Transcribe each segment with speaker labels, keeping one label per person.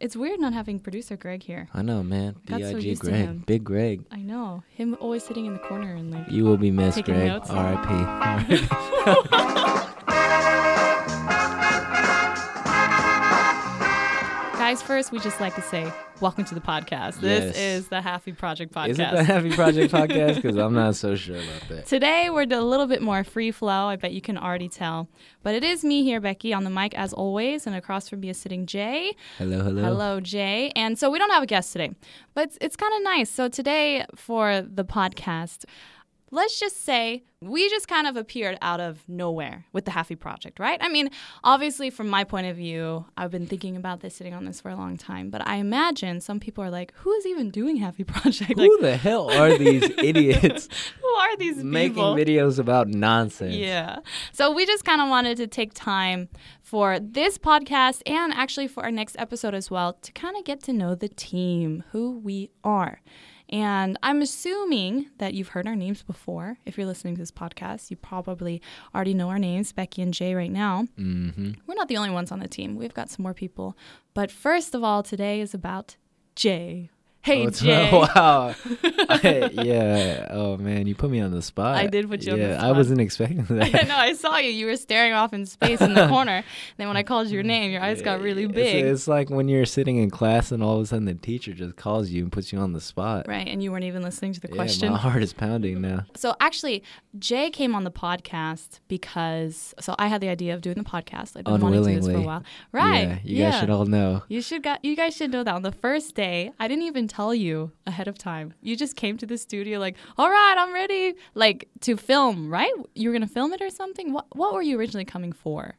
Speaker 1: It's weird not having producer Greg here.
Speaker 2: I know, man.
Speaker 1: Got so
Speaker 2: B.I.G.
Speaker 1: used to him.
Speaker 2: Greg. Big Greg.
Speaker 1: I know him always sitting in the corner and like.
Speaker 2: You will be missed,
Speaker 1: Taking
Speaker 2: Greg.
Speaker 1: notes.
Speaker 2: R.I.P.
Speaker 1: Guys, first we just like to say welcome to the podcast. This
Speaker 2: Yes.
Speaker 1: is the Happy Project podcast.
Speaker 2: Is it the Happy Project podcast? Because I'm not so sure about that.
Speaker 1: Today we're a little bit more free flow. I bet you can already tell. But it is me here, Becky, on the mic as always, and across from me is sitting Jay.
Speaker 2: Hello, hello.
Speaker 1: Hello, Jay. And so we don't have a guest today, but it's, it's kind of nice. So today for the podcast, let's just say we just kind of appeared out of nowhere with the Happy Project, right? I mean, obviously, from my point of view, I've been thinking about this, sitting on this for a long time, but I imagine some people are like, who is even doing Happy Project? Like,
Speaker 2: Who the hell are these idiots
Speaker 1: who are these
Speaker 2: making
Speaker 1: people?
Speaker 2: videos about nonsense?
Speaker 1: Yeah. So we just kind of wanted to take time for this podcast and actually for our next episode as well to kind of get to know the team, who we are. And I'm assuming that you've heard our names before. If you're listening to this podcast, you probably already know our names, Becky and Jay, right now.
Speaker 2: Mm-hmm.
Speaker 1: We're not the only ones on the team, we've got some more people. But first of all, today is about Jay.
Speaker 2: Oh,
Speaker 1: Hey, Jay.
Speaker 2: wow. I- yeah. Oh man, you put me on the spot.
Speaker 1: I did put you on the
Speaker 2: Yeah, I
Speaker 1: spot.
Speaker 2: wasn't expecting
Speaker 1: I
Speaker 2: that.
Speaker 1: know, I saw you. You were staring off in space in the corner. Then when I called your name, your eyes got really
Speaker 2: It's-
Speaker 1: big.
Speaker 2: It's, like when you're sitting in class and all of a sudden the teacher just calls you and puts you on the spot.
Speaker 1: Right, and you weren't even listening to the
Speaker 2: Yeah,
Speaker 1: question.
Speaker 2: my heart is pounding now.
Speaker 1: So actually, Jay came on the podcast because so I had the idea of doing the podcast. I've been wanting to do this for a
Speaker 2: Unwillingly.
Speaker 1: while. Right.
Speaker 2: Yeah, you guys should all know.
Speaker 1: You should got you guys should know that on the first day, I didn't even tell you ahead of time. You just came to the studio like, "All right, I'm ready." Like to film, right? You were going to film it or something? What what were you originally coming for?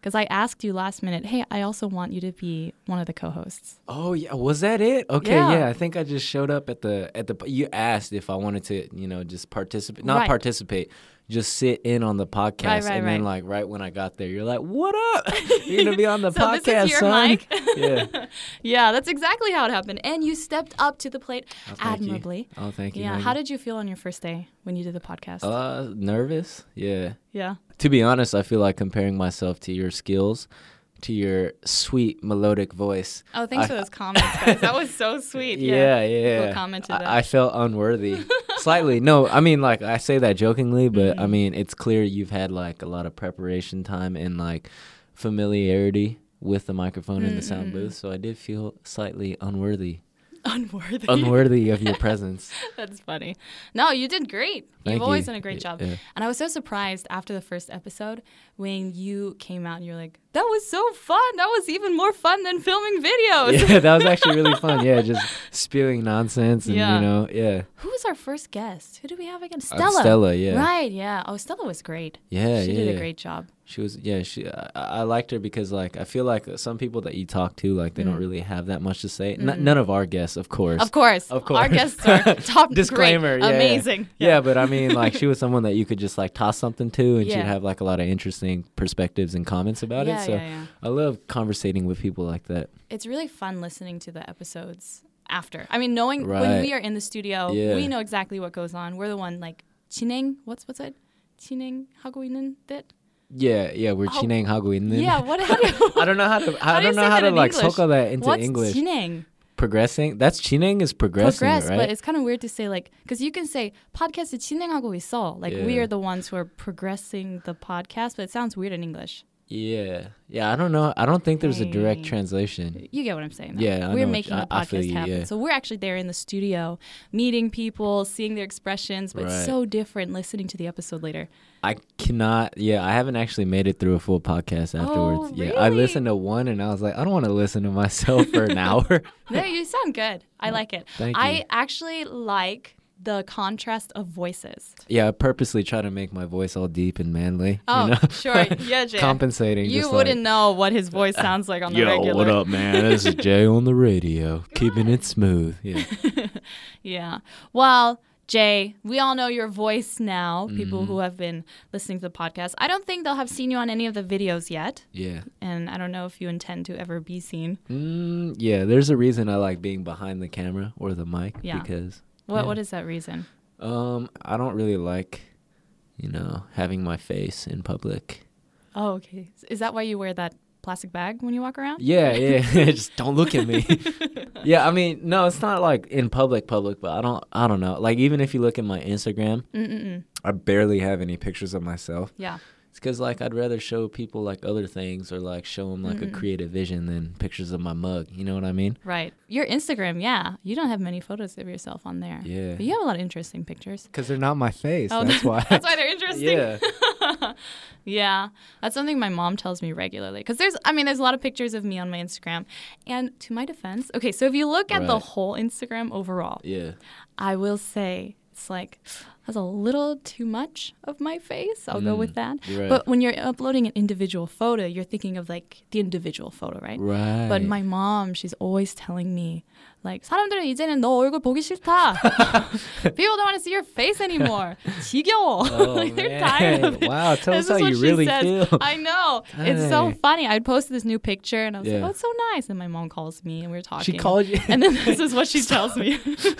Speaker 1: Cuz I asked you last minute, "Hey, I also want you to be one of the co-hosts."
Speaker 2: Oh yeah, was that it? Okay,
Speaker 1: Yeah.
Speaker 2: yeah. I think I just showed up at the at the. You asked if I wanted to, you know, just participate, not
Speaker 1: Right.
Speaker 2: participate, just sit in on the podcast,
Speaker 1: Right, right,
Speaker 2: and then
Speaker 1: right.
Speaker 2: like right when I got there, you're like, "What up? You're gonna be on the
Speaker 1: So
Speaker 2: podcast,
Speaker 1: this is your
Speaker 2: son."
Speaker 1: mic?
Speaker 2: yeah,
Speaker 1: Yeah, that's exactly how it happened. And you stepped up to the plate
Speaker 2: Oh, thank you.
Speaker 1: admirably.
Speaker 2: Oh, thank you.
Speaker 1: Yeah.
Speaker 2: Maggie.
Speaker 1: How did you feel on your first day when you did the podcast?
Speaker 2: uh nervous? Yeah.
Speaker 1: yeah.
Speaker 2: To be honest, I feel like comparing myself to your skills, to your sweet melodic voice.
Speaker 1: Oh, thanks
Speaker 2: I-
Speaker 1: for those comments, guys. That was so sweet.
Speaker 2: yeah,
Speaker 1: Yeah.
Speaker 2: yeah.
Speaker 1: People commented that.
Speaker 2: I, I felt unworthy. Slightly. No, I mean like I say that jokingly, but
Speaker 1: Mm-hmm.
Speaker 2: I mean it's clear you've had like a lot of preparation time and like familiarity with the microphone and the sound
Speaker 1: Mm-hmm.
Speaker 2: booth, so I did feel slightly unworthy.
Speaker 1: Unworthy.
Speaker 2: Unworthy of your presence.
Speaker 1: That's funny. No, you did great.
Speaker 2: Thank
Speaker 1: You've always
Speaker 2: you.
Speaker 1: done a great job.
Speaker 2: Yeah.
Speaker 1: And I was so surprised after the first episode when you came out and you're like, that was so fun. That was even more fun than filming videos.
Speaker 2: Yeah, that was actually really fun. Yeah, just spewing nonsense and
Speaker 1: Yeah.
Speaker 2: you know, yeah.
Speaker 1: Who was our first guest? Who did we have again?
Speaker 2: Uh,
Speaker 1: Stella.
Speaker 2: Stella, yeah.
Speaker 1: Right, yeah. Oh, Stella was great.
Speaker 2: Yeah,
Speaker 1: she
Speaker 2: yeah.
Speaker 1: did a
Speaker 2: yeah.
Speaker 1: great job.
Speaker 2: She was yeah. She I, I liked her because like I feel like some people that you talk to like they
Speaker 1: Mm-hmm.
Speaker 2: don't really have that much to say. N- none of our guests, of course.
Speaker 1: Of course.
Speaker 2: Of
Speaker 1: Our
Speaker 2: course.
Speaker 1: guests are top
Speaker 2: Disclaimer.
Speaker 1: great,
Speaker 2: yeah, yeah.
Speaker 1: Amazing.
Speaker 2: Yeah. but I mean, like she was someone that you could just like toss something to, and
Speaker 1: Yeah.
Speaker 2: she'd have like a lot of interesting perspectives and comments about
Speaker 1: yeah,
Speaker 2: it. So
Speaker 1: yeah, yeah.
Speaker 2: I love conversating with people like that.
Speaker 1: It's really fun listening to the episodes after. I mean, knowing when
Speaker 2: Right.
Speaker 1: we are in the studio,
Speaker 2: Yeah.
Speaker 1: we know exactly what goes on. We're the one like Chineng. What's what's it? Chineng Haguinen bit.
Speaker 2: Yeah, yeah. We're
Speaker 1: Oh.
Speaker 2: chinang haguin. then.
Speaker 1: Yeah. What? How do you,
Speaker 2: I don't know how to. I
Speaker 1: how do you
Speaker 2: don't
Speaker 1: say
Speaker 2: know how
Speaker 1: that
Speaker 2: to
Speaker 1: in
Speaker 2: like
Speaker 1: English?
Speaker 2: soak all that into
Speaker 1: what's
Speaker 2: English.
Speaker 1: Chineng?
Speaker 2: progressing. That's chinang is progressing,
Speaker 1: Progress,
Speaker 2: right?
Speaker 1: but it's kind of weird to say like because you can say podcast is 진행하고 있어. Like we
Speaker 2: Yeah.
Speaker 1: are the ones who are progressing the podcast, but it sounds weird in English.
Speaker 2: yeah, yeah. I don't know. I don't think there's a direct
Speaker 1: Hey.
Speaker 2: translation.
Speaker 1: You get what I'm saying. though.
Speaker 2: Yeah, I
Speaker 1: we're
Speaker 2: know what
Speaker 1: making
Speaker 2: you-
Speaker 1: the
Speaker 2: I- I feel
Speaker 1: podcast
Speaker 2: you,
Speaker 1: happen.
Speaker 2: yeah.
Speaker 1: So we're actually there in the studio, meeting people, seeing their expressions, but it's
Speaker 2: Right.
Speaker 1: so different listening to the episode later.
Speaker 2: I cannot. Yeah, I haven't actually made it through a full podcast afterwards. yeah,
Speaker 1: Oh,
Speaker 2: I
Speaker 1: really?
Speaker 2: listened to one and I was like, I don't want to listen to myself for an hour.
Speaker 1: No, you sound good. I like it.
Speaker 2: Thank you.
Speaker 1: I actually like the contrast of voices.
Speaker 2: Yeah, I purposely try to make my voice all deep and manly.
Speaker 1: Oh,
Speaker 2: you know?
Speaker 1: sure. Yeah, Jay.
Speaker 2: compensating.
Speaker 1: you
Speaker 2: just
Speaker 1: wouldn't know what his voice sounds like on
Speaker 2: Like,
Speaker 1: the
Speaker 2: Yo,
Speaker 1: regular.
Speaker 2: what up, man? This is Jay on the radio, keeping it smooth. Yeah,
Speaker 1: Yeah. Well, Jay, we all know your voice now, people
Speaker 2: Mm-hmm.
Speaker 1: who have been listening to the podcast. I don't think they'll have seen you on any of the videos yet,
Speaker 2: yeah,
Speaker 1: and I don't know if you intend to ever be seen.
Speaker 2: mm, yeah. There's a reason I like being behind the camera or the mic
Speaker 1: Yeah.
Speaker 2: because
Speaker 1: What
Speaker 2: Yeah.
Speaker 1: what is that reason?
Speaker 2: um, I don't really like, you know, having my face in public.
Speaker 1: Oh, okay. Is that why you wear that plastic bag when you walk around?
Speaker 2: Yeah, yeah. Just don't look at me. yeah, I mean, no, it's not like in public, public, but I don't, I don't know. Like even if you look at my Instagram,
Speaker 1: Mm-mm-mm.
Speaker 2: I barely have any pictures of myself.
Speaker 1: Yeah.
Speaker 2: It's because like I'd rather show people like other things or like show them
Speaker 1: Mm-hmm.
Speaker 2: like a creative vision than pictures of my mug. You know what I mean?
Speaker 1: Right. Your Instagram, yeah. You don't have many photos of yourself on there.
Speaker 2: Yeah.
Speaker 1: But you have a lot of interesting pictures.
Speaker 2: Because they're not my face. that's why.
Speaker 1: Oh, that's why they're interesting.
Speaker 2: yeah.
Speaker 1: Yeah, that's something my mom tells me regularly. Because there's, I mean, there's a lot of pictures of me on my Instagram. And to my defense, okay, so if you look at the
Speaker 2: Right.
Speaker 1: whole Instagram overall,
Speaker 2: Yeah.
Speaker 1: I will say it's like, that's a little too much of my face. I'll go with that.
Speaker 2: you're Mm. right.
Speaker 1: But when you're uploading an individual photo, you're thinking of like the individual photo, right?
Speaker 2: Right.
Speaker 1: But my mom, she's always telling me, like, 사람들은 이제는 너 얼굴 보기 싫다. People don't want to see your face anymore. 지겨워.
Speaker 2: Oh,
Speaker 1: like, they're
Speaker 2: man.
Speaker 1: tired of it.
Speaker 2: Wow, tell
Speaker 1: This
Speaker 2: us how
Speaker 1: is what
Speaker 2: you
Speaker 1: she
Speaker 2: really
Speaker 1: says.
Speaker 2: feel.
Speaker 1: I know. It's so
Speaker 2: Dang.
Speaker 1: funny. I posted this new picture and I was like,
Speaker 2: Yeah.
Speaker 1: oh, it's so nice. And my mom calls me and we were talking.
Speaker 2: She called you.
Speaker 1: And then this is what she tells me.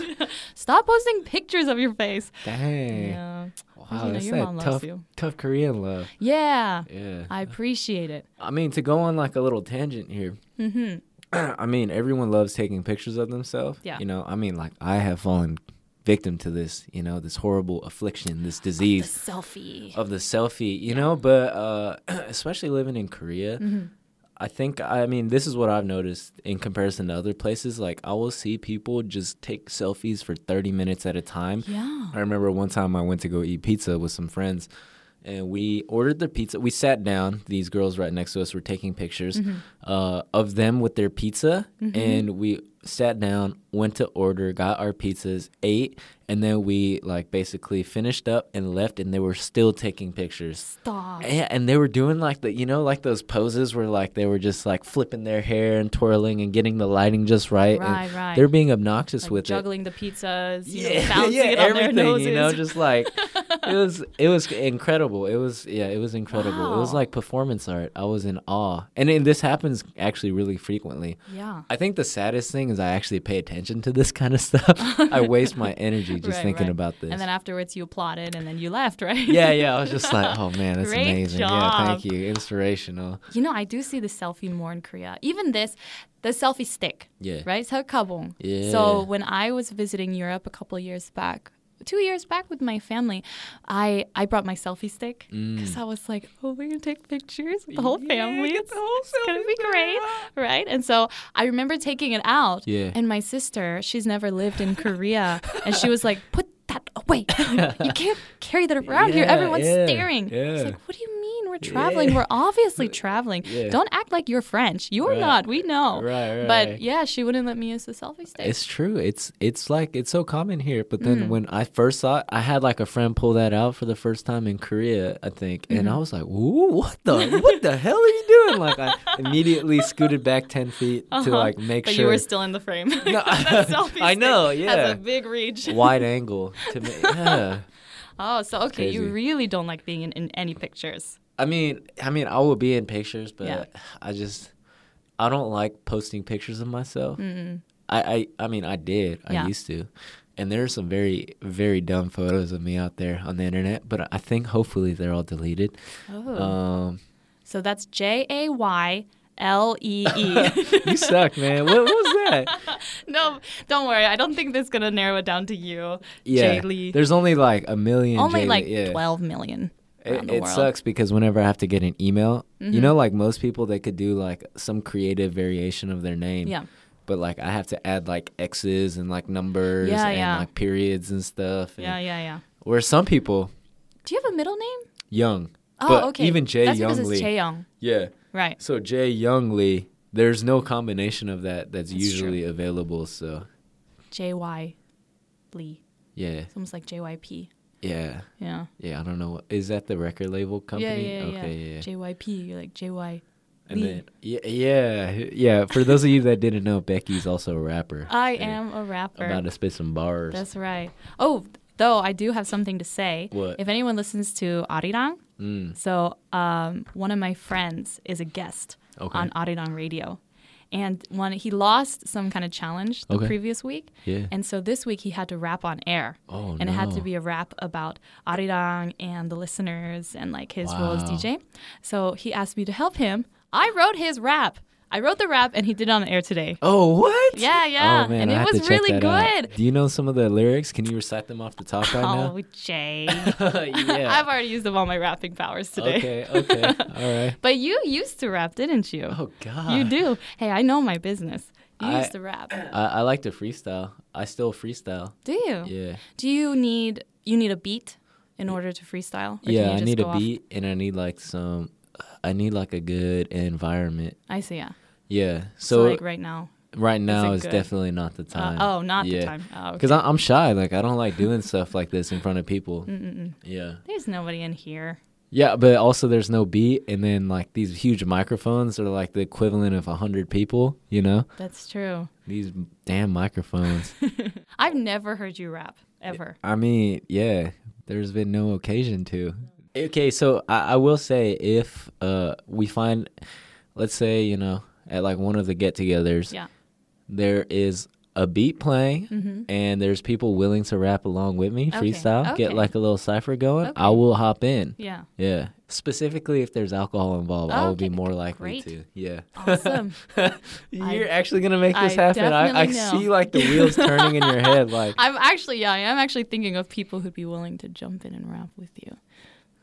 Speaker 1: Stop posting pictures of your face.
Speaker 2: Dang.
Speaker 1: Yeah.
Speaker 2: Wow,
Speaker 1: You know,
Speaker 2: that's
Speaker 1: your
Speaker 2: that
Speaker 1: mom loves
Speaker 2: tough,
Speaker 1: you.
Speaker 2: tough Korean love.
Speaker 1: Yeah.
Speaker 2: Yeah.
Speaker 1: I appreciate it.
Speaker 2: I mean, to go on like a little tangent here. Mm-hmm. I mean, everyone loves taking pictures of themselves.
Speaker 1: Yeah.
Speaker 2: You know, I mean, like I have fallen victim to this. You know, this horrible affliction, this disease.
Speaker 1: The selfie.
Speaker 2: of the selfie, you know, but uh, especially living in Korea, I think, I mean, this is what I've noticed in comparison to other places. Like, I will see people just take selfies for 30 minutes at a time.
Speaker 1: Yeah.
Speaker 2: I remember one time I went to go eat pizza with some friends and we ordered the pizza. We sat down. These girls right next to us were taking pictures
Speaker 1: Mm-hmm.
Speaker 2: uh, of them with their pizza. And we sat down, went to order, got our pizzas, ate, and then we like basically finished up and left. And they were still taking pictures.
Speaker 1: Stop.
Speaker 2: Yeah, and they were doing like the, you know, like those poses where like they were just like flipping their hair and twirling and getting the lighting just right. and
Speaker 1: Right, right.
Speaker 2: They're being obnoxious
Speaker 1: Like
Speaker 2: with it
Speaker 1: juggling the pizzas, you know, bouncing it on their noses.
Speaker 2: you know, just like it was, it was incredible. It was, yeah, it was incredible. It was
Speaker 1: Wow.
Speaker 2: like performance art. I was in awe, and, and this happens actually really frequently.
Speaker 1: yeah.
Speaker 2: I think the saddest thing is I actually pay attention to this kind of stuff. I waste my energy just
Speaker 1: Right,
Speaker 2: thinking
Speaker 1: right.
Speaker 2: about this.
Speaker 1: And then afterwards, you applauded, and then you left, right?
Speaker 2: yeah, yeah, I was just like, oh man, that's
Speaker 1: Great
Speaker 2: amazing. Yeah, thank you, inspirational.
Speaker 1: You know, I do see the selfie more in Korea. Even this, the selfie stick.
Speaker 2: Yeah.
Speaker 1: Right? So kabong.
Speaker 2: Yeah.
Speaker 1: So when I was visiting Europe a couple years back, two years back with my family, I, I brought my selfie stick because I was like, oh, we're going to take pictures with the whole
Speaker 2: Mm. Yeah,
Speaker 1: family.
Speaker 2: get
Speaker 1: It's,
Speaker 2: the whole
Speaker 1: going to
Speaker 2: selfie
Speaker 1: be
Speaker 2: stick
Speaker 1: great. Right? And so I remember taking it out.
Speaker 2: Yeah.
Speaker 1: And my sister, she's never lived in Korea. and she was like, put that away. you can't carry that around here.
Speaker 2: Yeah,
Speaker 1: Everyone's
Speaker 2: yeah,
Speaker 1: staring. It's
Speaker 2: yeah.
Speaker 1: like, what do you mean? We're traveling. We're obviously traveling.
Speaker 2: Yeah.
Speaker 1: Don't act like you're French. You are
Speaker 2: Right.
Speaker 1: not. We know.
Speaker 2: Right, right,
Speaker 1: But
Speaker 2: right.
Speaker 1: yeah, she wouldn't let me use the selfie stick.
Speaker 2: It's true. It's it's like it's so common here. But
Speaker 1: Mm.
Speaker 2: then when I first saw it, I had like a friend pull that out for the first time in Korea, I think, and I
Speaker 1: Mm-hmm.
Speaker 2: was like, "Ooh, what the what the hell are you doing?" Like I immediately scooted back ten feet to like
Speaker 1: Uh-huh.
Speaker 2: make
Speaker 1: but
Speaker 2: sure
Speaker 1: you were still in the frame.
Speaker 2: No,
Speaker 1: That selfie
Speaker 2: I know,
Speaker 1: stick Has
Speaker 2: yeah.
Speaker 1: a big reach.
Speaker 2: wide angle to me. Yeah.
Speaker 1: Oh, so okay, you
Speaker 2: crazy.
Speaker 1: really don't like being in, in any pictures.
Speaker 2: I mean, I mean, I will be in pictures, but
Speaker 1: Yeah.
Speaker 2: I just I don't like posting pictures of myself. I, I I mean, I did.
Speaker 1: Yeah.
Speaker 2: I used to. And there are some very very dumb photos of me out there on the internet, but I think hopefully they're all deleted.
Speaker 1: Oh.
Speaker 2: Um,
Speaker 1: so that's J A Y L E E.
Speaker 2: you suck, man. What, what was that?
Speaker 1: No, don't worry. I don't think this is gonna narrow it down to you, Jay
Speaker 2: Yeah,
Speaker 1: Lee.
Speaker 2: there's only like a million.
Speaker 1: E Only
Speaker 2: Jay Lee-
Speaker 1: like
Speaker 2: E, yeah.
Speaker 1: twelve million. around
Speaker 2: It,
Speaker 1: the
Speaker 2: it
Speaker 1: world. Mm-hmm.
Speaker 2: sucks because whenever I have to get an email, you know, like most people, they could do like some creative variation of their name.
Speaker 1: Yeah.
Speaker 2: But like I have to add like X's and like numbers
Speaker 1: Yeah,
Speaker 2: and
Speaker 1: yeah.
Speaker 2: like periods and stuff. and-
Speaker 1: Yeah, yeah, yeah.
Speaker 2: Where some people,
Speaker 1: Do you have a middle name?
Speaker 2: Young.
Speaker 1: Oh,
Speaker 2: but
Speaker 1: okay.
Speaker 2: Even Jay
Speaker 1: That's
Speaker 2: Young
Speaker 1: because it's
Speaker 2: Lee.
Speaker 1: Jay Young,
Speaker 2: yeah.
Speaker 1: right?
Speaker 2: So Jay Young Lee, there's no combination of that that's,
Speaker 1: That's true.
Speaker 2: usually available. So
Speaker 1: J Y Lee.
Speaker 2: yeah,
Speaker 1: It's almost like J Y P.
Speaker 2: yeah,
Speaker 1: Yeah.
Speaker 2: yeah. I don't know. Is that the record label company?
Speaker 1: Yeah, yeah, yeah.
Speaker 2: okay, yeah. yeah.
Speaker 1: JYP. You're like JY.
Speaker 2: And
Speaker 1: Lee.
Speaker 2: then, yeah, yeah, yeah. For those of you that didn't know, Becky's also a rapper.
Speaker 1: I
Speaker 2: And
Speaker 1: am a rapper.
Speaker 2: about to spit some bars.
Speaker 1: That's right. Oh, though I do have something to say.
Speaker 2: What?
Speaker 1: If anyone listens to Arirang,
Speaker 2: Mm.
Speaker 1: so um, one of my friends is a guest
Speaker 2: Okay.
Speaker 1: on Arirang Radio. And one, he lost some kind of challenge the
Speaker 2: Okay.
Speaker 1: previous week.
Speaker 2: Yeah.
Speaker 1: And so this week he had to rap on air.
Speaker 2: Oh,
Speaker 1: and it had to
Speaker 2: no.
Speaker 1: be a rap about Arirang and the listeners and like his role as
Speaker 2: Wow.
Speaker 1: DJ. So he asked me to help him I wrote his rap. I wrote the rap and he did it on the air today.
Speaker 2: Oh what?
Speaker 1: Yeah, yeah.
Speaker 2: Oh man,
Speaker 1: and
Speaker 2: I
Speaker 1: it
Speaker 2: have to
Speaker 1: was
Speaker 2: check
Speaker 1: really
Speaker 2: that
Speaker 1: good.
Speaker 2: out. Do you know some of the lyrics? Can you recite them off the top right
Speaker 1: Oh, Jay.
Speaker 2: now? yeah.
Speaker 1: Oh, I've already used up all my rapping powers today.
Speaker 2: Okay. Okay. All right.
Speaker 1: But you used to rap, didn't you?
Speaker 2: Oh God.
Speaker 1: You do. Hey, I know my business. You
Speaker 2: I-
Speaker 1: used to rap.
Speaker 2: I, I like to freestyle. I still freestyle.
Speaker 1: Do you?
Speaker 2: Yeah.
Speaker 1: Do you need you need a beat in order to freestyle? Or can you
Speaker 2: yeah. I
Speaker 1: just
Speaker 2: need
Speaker 1: go
Speaker 2: a
Speaker 1: off-
Speaker 2: beat and I need like some. I need like a good environment.
Speaker 1: I see. Yeah.
Speaker 2: Yeah.
Speaker 1: So,
Speaker 2: So,
Speaker 1: like right now.
Speaker 2: right now
Speaker 1: it
Speaker 2: is
Speaker 1: good?
Speaker 2: definitely not the
Speaker 1: Uh,
Speaker 2: time.
Speaker 1: oh, not
Speaker 2: yeah.
Speaker 1: the time. Oh, okay.
Speaker 2: Because I'm shy. Like I don't like doing stuff like this in front of people. Yeah.
Speaker 1: There's nobody in here.
Speaker 2: Yeah, but also there's no beat, and then like these huge microphones are like the equivalent of a hundred people. You know
Speaker 1: That's true.
Speaker 2: these damn microphones.
Speaker 1: I've never heard you rap ever.
Speaker 2: I mean, yeah, there's been no occasion to. Okay, so I, I will say if uh we find, let's say you know at like one of the get-togethers,
Speaker 1: Yeah.
Speaker 2: there is a beat playing
Speaker 1: Mm-hmm.
Speaker 2: and there's people willing to rap along with me
Speaker 1: Okay,
Speaker 2: freestyle get
Speaker 1: okay.
Speaker 2: like a little cipher going
Speaker 1: Okay.
Speaker 2: i will hop in
Speaker 1: Yeah.
Speaker 2: Yeah. Specifically, if there's alcohol involved, I will be
Speaker 1: Okay,
Speaker 2: more likely
Speaker 1: great.
Speaker 2: to. Yeah.
Speaker 1: Awesome.
Speaker 2: You're actually gonna make this
Speaker 1: I
Speaker 2: happen. I, I
Speaker 1: definitely know.
Speaker 2: see like the wheels turning in your head. Like,
Speaker 1: I'm actually yeah, I am actually thinking of people who'd be willing to jump in and rap with you.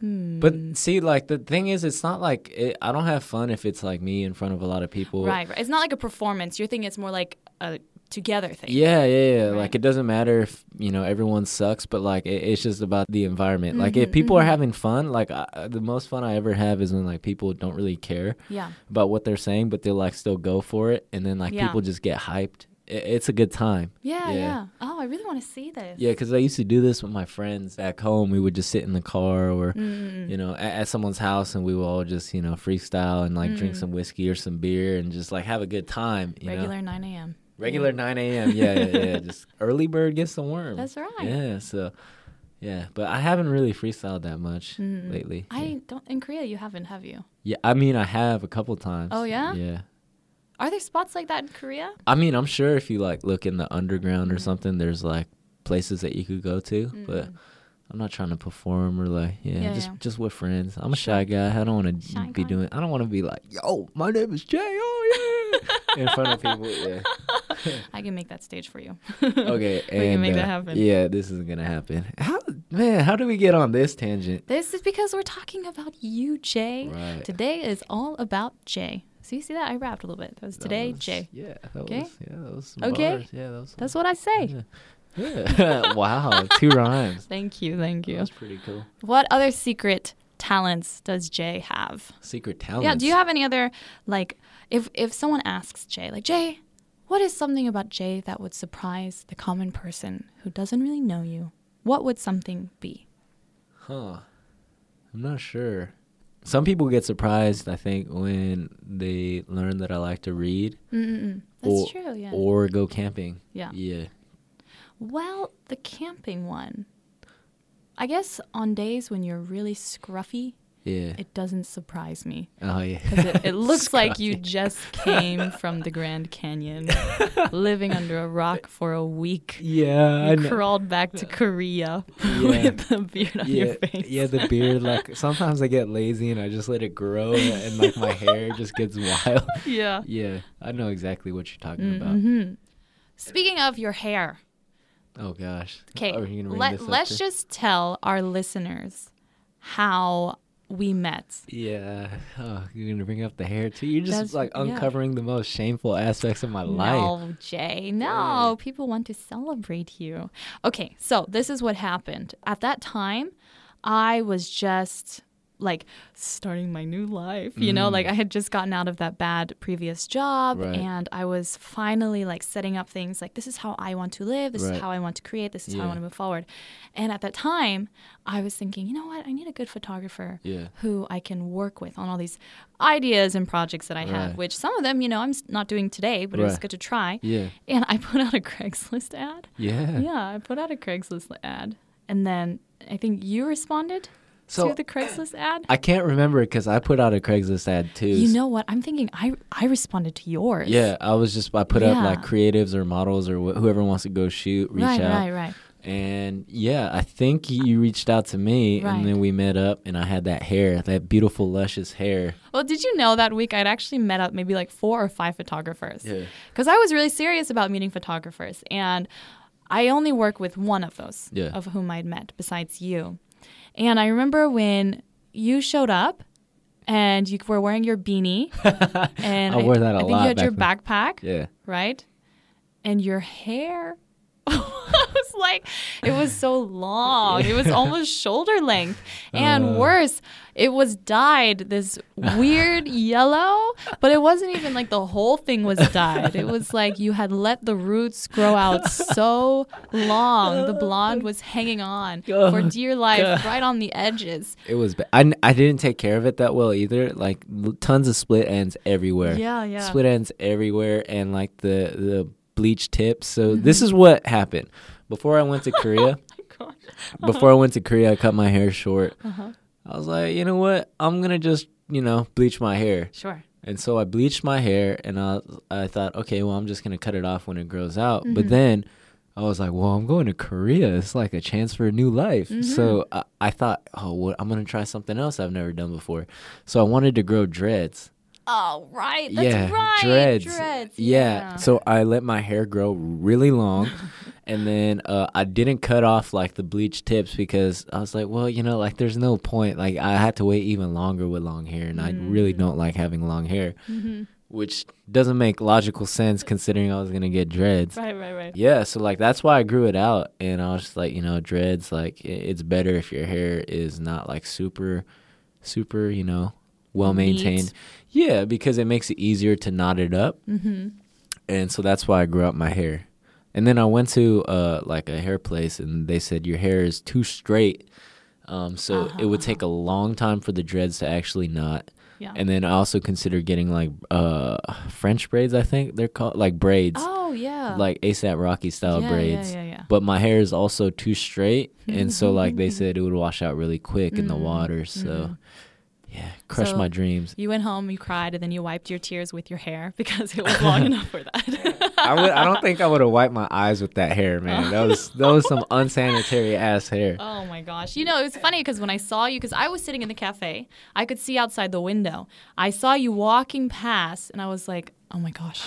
Speaker 1: Hmm.
Speaker 2: but see, like the thing is, it's not like it, I don't have fun if it's like me in front of a lot of people.
Speaker 1: right, right. It's not like a performance. You're thinking it's more like a together thing.
Speaker 2: Yeah, yeah, yeah.
Speaker 1: Right.
Speaker 2: Like it doesn't matter if you know everyone sucks, but like it, it's just about the environment. like
Speaker 1: Mm-hmm,
Speaker 2: if people are having fun, like I, the most fun I ever have is when like people don't really care.
Speaker 1: Yeah.
Speaker 2: about what they're saying, but they like still go for it, and then like
Speaker 1: Yeah.
Speaker 2: people just get hyped. I- It's a good time.
Speaker 1: Yeah,
Speaker 2: Yeah.
Speaker 1: yeah. Oh, I really want to see this.
Speaker 2: Yeah, because I used to do this with my friends back home. We would just sit in the car or,
Speaker 1: Mm.
Speaker 2: you know, at, at someone's house, and we would all just, you know, freestyle and like drink some whiskey or some beer and just like have a good time. You
Speaker 1: Mm. Regular
Speaker 2: Know?
Speaker 1: 9 a.m.
Speaker 2: Regular 9 a.m. Yeah, yeah, yeah. just early bird gets the worm.
Speaker 1: That's right.
Speaker 2: Yeah, so, yeah. But I haven't really freestyled that much lately.
Speaker 1: I don't in Korea. You haven't, have you?
Speaker 2: yeah, I mean, I have a couple times.
Speaker 1: Oh, yeah?
Speaker 2: Yeah.
Speaker 1: Are there spots like that in Korea?
Speaker 2: I mean, I'm sure if you like look in the underground
Speaker 1: Mm-hmm.
Speaker 2: or something, there's like places that you could go to, but I'm not trying to perform or like, yeah,
Speaker 1: Yeah,
Speaker 2: just
Speaker 1: yeah.
Speaker 2: just with friends. I'm a shy guy. I don't want to
Speaker 1: Shy
Speaker 2: be
Speaker 1: guy.
Speaker 2: doing. I don't want to be like, yo, my name is Jay. Oh yeah, in front of people. Yeah.
Speaker 1: I can make that stage for you.
Speaker 2: Okay.
Speaker 1: We
Speaker 2: and,
Speaker 1: can make
Speaker 2: uh,
Speaker 1: that happen.
Speaker 2: Yeah, this isn't gonna happen. How man? How do we get on this tangent?
Speaker 1: This is because we're talking about you, Jay.
Speaker 2: Right.
Speaker 1: Today is all about Jay. So you see that I rapped a little bit. That was
Speaker 2: That
Speaker 1: today,
Speaker 2: was-
Speaker 1: Jay.
Speaker 2: Yeah. That
Speaker 1: Okay.
Speaker 2: Was, yeah. That was. some
Speaker 1: Okay.
Speaker 2: bars. Yeah. That was. some-
Speaker 1: That's what I say.
Speaker 2: Yeah. yeah. wow. Two rhymes.
Speaker 1: Thank you, thank you.
Speaker 2: That's pretty cool.
Speaker 1: What other secret talents does Jay have?
Speaker 2: Secret talents.
Speaker 1: Yeah, do you have any other like if if someone asks Jay, like Jay, what is something about Jay that would surprise the common person who doesn't really know you? What would something be?
Speaker 2: Huh. I'm not sure. Some people get surprised, I think, when they learn that I like to read
Speaker 1: Mm-mm. That's
Speaker 2: or,
Speaker 1: true, yeah.
Speaker 2: or go camping.
Speaker 1: Yeah.
Speaker 2: Yeah.
Speaker 1: Well, the camping one. I guess on days when you're really scruffy,
Speaker 2: Yeah.
Speaker 1: it doesn't surprise me.
Speaker 2: oh, yeah.
Speaker 1: 'Cause It, it looks like you just came from the Grand Canyon, living under a rock for a week.
Speaker 2: yeah. I
Speaker 1: You
Speaker 2: know.
Speaker 1: crawled back to Korea
Speaker 2: Yeah.
Speaker 1: with a beard on
Speaker 2: Yeah,
Speaker 1: your face.
Speaker 2: yeah, the beard. Like sometimes I get lazy and I just let it grow, and like my hair just gets wild.
Speaker 1: yeah. Mm-hmm.
Speaker 2: Yeah, I know exactly what you're talking
Speaker 1: Speaking of your hair,
Speaker 2: about. Oh gosh.
Speaker 1: Mm-hmm. okay,
Speaker 2: Are you gonna bring
Speaker 1: let,
Speaker 2: this up
Speaker 1: let's
Speaker 2: too?
Speaker 1: just tell our listeners how we met.
Speaker 2: Yeah. Oh, you're gonna bring up the hair too. You're just
Speaker 1: That's-
Speaker 2: like
Speaker 1: yeah.
Speaker 2: uncovering the most shameful aspects of my life.
Speaker 1: No, Jay. No, people want to celebrate you. Okay, so this is what happened. At that time, I was just like starting my new life, you know, like I had just gotten out of that bad previous job
Speaker 2: Mm. Right.
Speaker 1: and I was finally like setting up things like this is how I want to live, this
Speaker 2: Right.
Speaker 1: is how I want to create, this is how I
Speaker 2: Yeah.
Speaker 1: want to move forward. And at that time, I was thinking, you know what? I need a good photographer
Speaker 2: Yeah.
Speaker 1: who I can work with on all these ideas and projects that I
Speaker 2: Right.
Speaker 1: have, which some of them, you know, I'm s- not doing today, but it was
Speaker 2: Right.
Speaker 1: good to try.
Speaker 2: Yeah.
Speaker 1: And I put out a Craigslist ad.
Speaker 2: Yeah.
Speaker 1: Yeah, I put out a Craigslist ad. And then I think you responded
Speaker 2: So-
Speaker 1: to the Craigslist ad.
Speaker 2: I can't remember because I put out a Craigslist ad too.
Speaker 1: you know what? I'm thinking I I responded to yours.
Speaker 2: Yeah, I was just I put up like
Speaker 1: Yeah.
Speaker 2: creatives or models or wh- whoever wants to go shoot, reach
Speaker 1: Right,
Speaker 2: out,
Speaker 1: right, right.
Speaker 2: And yeah, I think you reached out to me,
Speaker 1: Right.
Speaker 2: and then we met up, and I had that hair, that beautiful, luscious hair.
Speaker 1: Well, did you know that week I'd actually met up maybe like four or five photographers?
Speaker 2: Yeah.
Speaker 1: Because I was really serious about meeting photographers, and I only work with one of those
Speaker 2: Yeah.
Speaker 1: of whom I'd met besides you. And I remember when you showed up and you were wearing your beanie, and
Speaker 2: I wore that a
Speaker 1: I think
Speaker 2: lot
Speaker 1: you had
Speaker 2: back
Speaker 1: your
Speaker 2: then.
Speaker 1: backpack,
Speaker 2: Yeah.
Speaker 1: right? And your hair. I was like, it was so long. It was almost shoulder length.
Speaker 2: Uh.
Speaker 1: And worse, it was dyed this weird yellow, but it wasn't even like the whole thing was dyed. It was like you had let the roots grow out so long. The blonde was hanging on for dear life right on the edges.
Speaker 2: It was. Ba- I, n- I didn't take care of it that well either. Like l- tons of split ends everywhere.
Speaker 1: Yeah, yeah.
Speaker 2: Split ends everywhere, and like the the bleach tips. So
Speaker 1: Mm-hmm.
Speaker 2: this is what happened. Before I went to Korea,
Speaker 1: Uh-huh.
Speaker 2: before I went to Korea, I cut my hair short. I was like, you know what? I'm gonna just you know bleach my hair.
Speaker 1: Sure.
Speaker 2: And so I bleached my hair, and I I thought, okay, well, I'm just gonna cut it off when it grows out. But then I was like, well, I'm going to Korea. It's like a chance for a new life. So I, I thought, oh, well, I'm gonna try something else I've never done before. So I wanted to grow dreads.
Speaker 1: Oh, right. That's
Speaker 2: yeah,
Speaker 1: right.
Speaker 2: dreads. Yeah.
Speaker 1: yeah.
Speaker 2: So I let my hair grow really long. And then uh, I didn't cut off like the bleach tips because I was like, well, you know, like there's no point. Like I had to wait even longer with long hair, and I really
Speaker 1: Mm.
Speaker 2: don't like having long hair,
Speaker 1: Mm-hmm.
Speaker 2: which doesn't make logical sense considering I was gonna get dreads.
Speaker 1: Right, right, right.
Speaker 2: Yeah, so like that's why I grew it out, and I was just like, you know, dreads. Like i- it's better if your hair is not like super, super, you know, well maintained.
Speaker 1: Neat.
Speaker 2: Yeah, because it makes it easier to knot it up, mm-hmm. and so that's why I grew out my hair. And then I went to uh, like a hair place, and they said your hair is too straight, um, so it would take a long time for the dreads to actually knot.
Speaker 1: Yeah.
Speaker 2: And then I also considered getting like uh, French braids, I think they're called, like braids
Speaker 1: Oh, yeah.
Speaker 2: like ASAP Rocky style
Speaker 1: Yeah, yeah,
Speaker 2: braids.
Speaker 1: yeah, yeah.
Speaker 2: But my hair is also too straight, and so like they said, it would wash out really quick in the water. So, yeah, crush
Speaker 1: Mm, So-
Speaker 2: my dreams.
Speaker 1: You went home, you cried, and then you wiped your tears with your hair because it was long enough for that.
Speaker 2: I would. I don't think I would have wiped my eyes with that hair, man. That was that was some unsanitary ass hair.
Speaker 1: oh my gosh. You know, it was funny because when I saw you, because I was sitting in the cafe, I could see outside the window. I saw you walking past, and I was like, oh my gosh,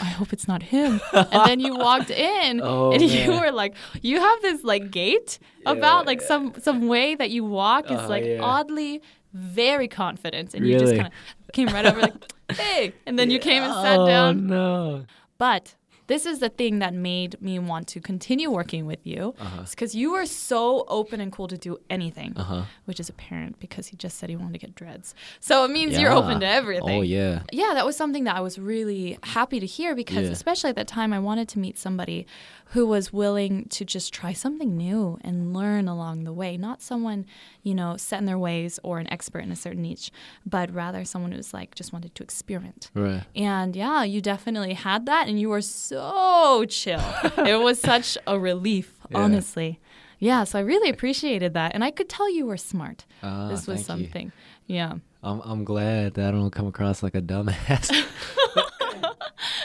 Speaker 1: I hope it's not him. And then you walked in,
Speaker 2: Oh,
Speaker 1: and you
Speaker 2: man.
Speaker 1: were like, you have this like gait about like some some way that you walk is
Speaker 2: Oh,
Speaker 1: like
Speaker 2: yeah.
Speaker 1: oddly very confident, and you just
Speaker 2: Really?
Speaker 1: kind of came right over like, hey, and then you came and sat
Speaker 2: Oh,
Speaker 1: down.
Speaker 2: no.
Speaker 1: But this is the thing that made me want to continue working with you
Speaker 2: Uh-huh.
Speaker 1: because you were so open and cool to do anything, which is apparent because he just said he wanted to get dreads. So it means you're open to
Speaker 2: Yeah.
Speaker 1: everything.
Speaker 2: Oh yeah.
Speaker 1: Yeah, that was something that I was really happy to hear because,
Speaker 2: Yeah.
Speaker 1: especially at that time, I wanted to meet somebody who was willing to just try something new and learn along the way. Not someone, you know, set in their ways or an expert in a certain niche, but rather someone who's like just wanted to experiment.
Speaker 2: Right.
Speaker 1: And yeah, you definitely had that, and you were so chill. it was such a relief, honestly. Yeah, so I really appreciated that, and I could tell you were smart.
Speaker 2: Ah,
Speaker 1: this was
Speaker 2: thank you.
Speaker 1: something. Yeah.
Speaker 2: I'm I'm glad that I don't come across like a dumbass.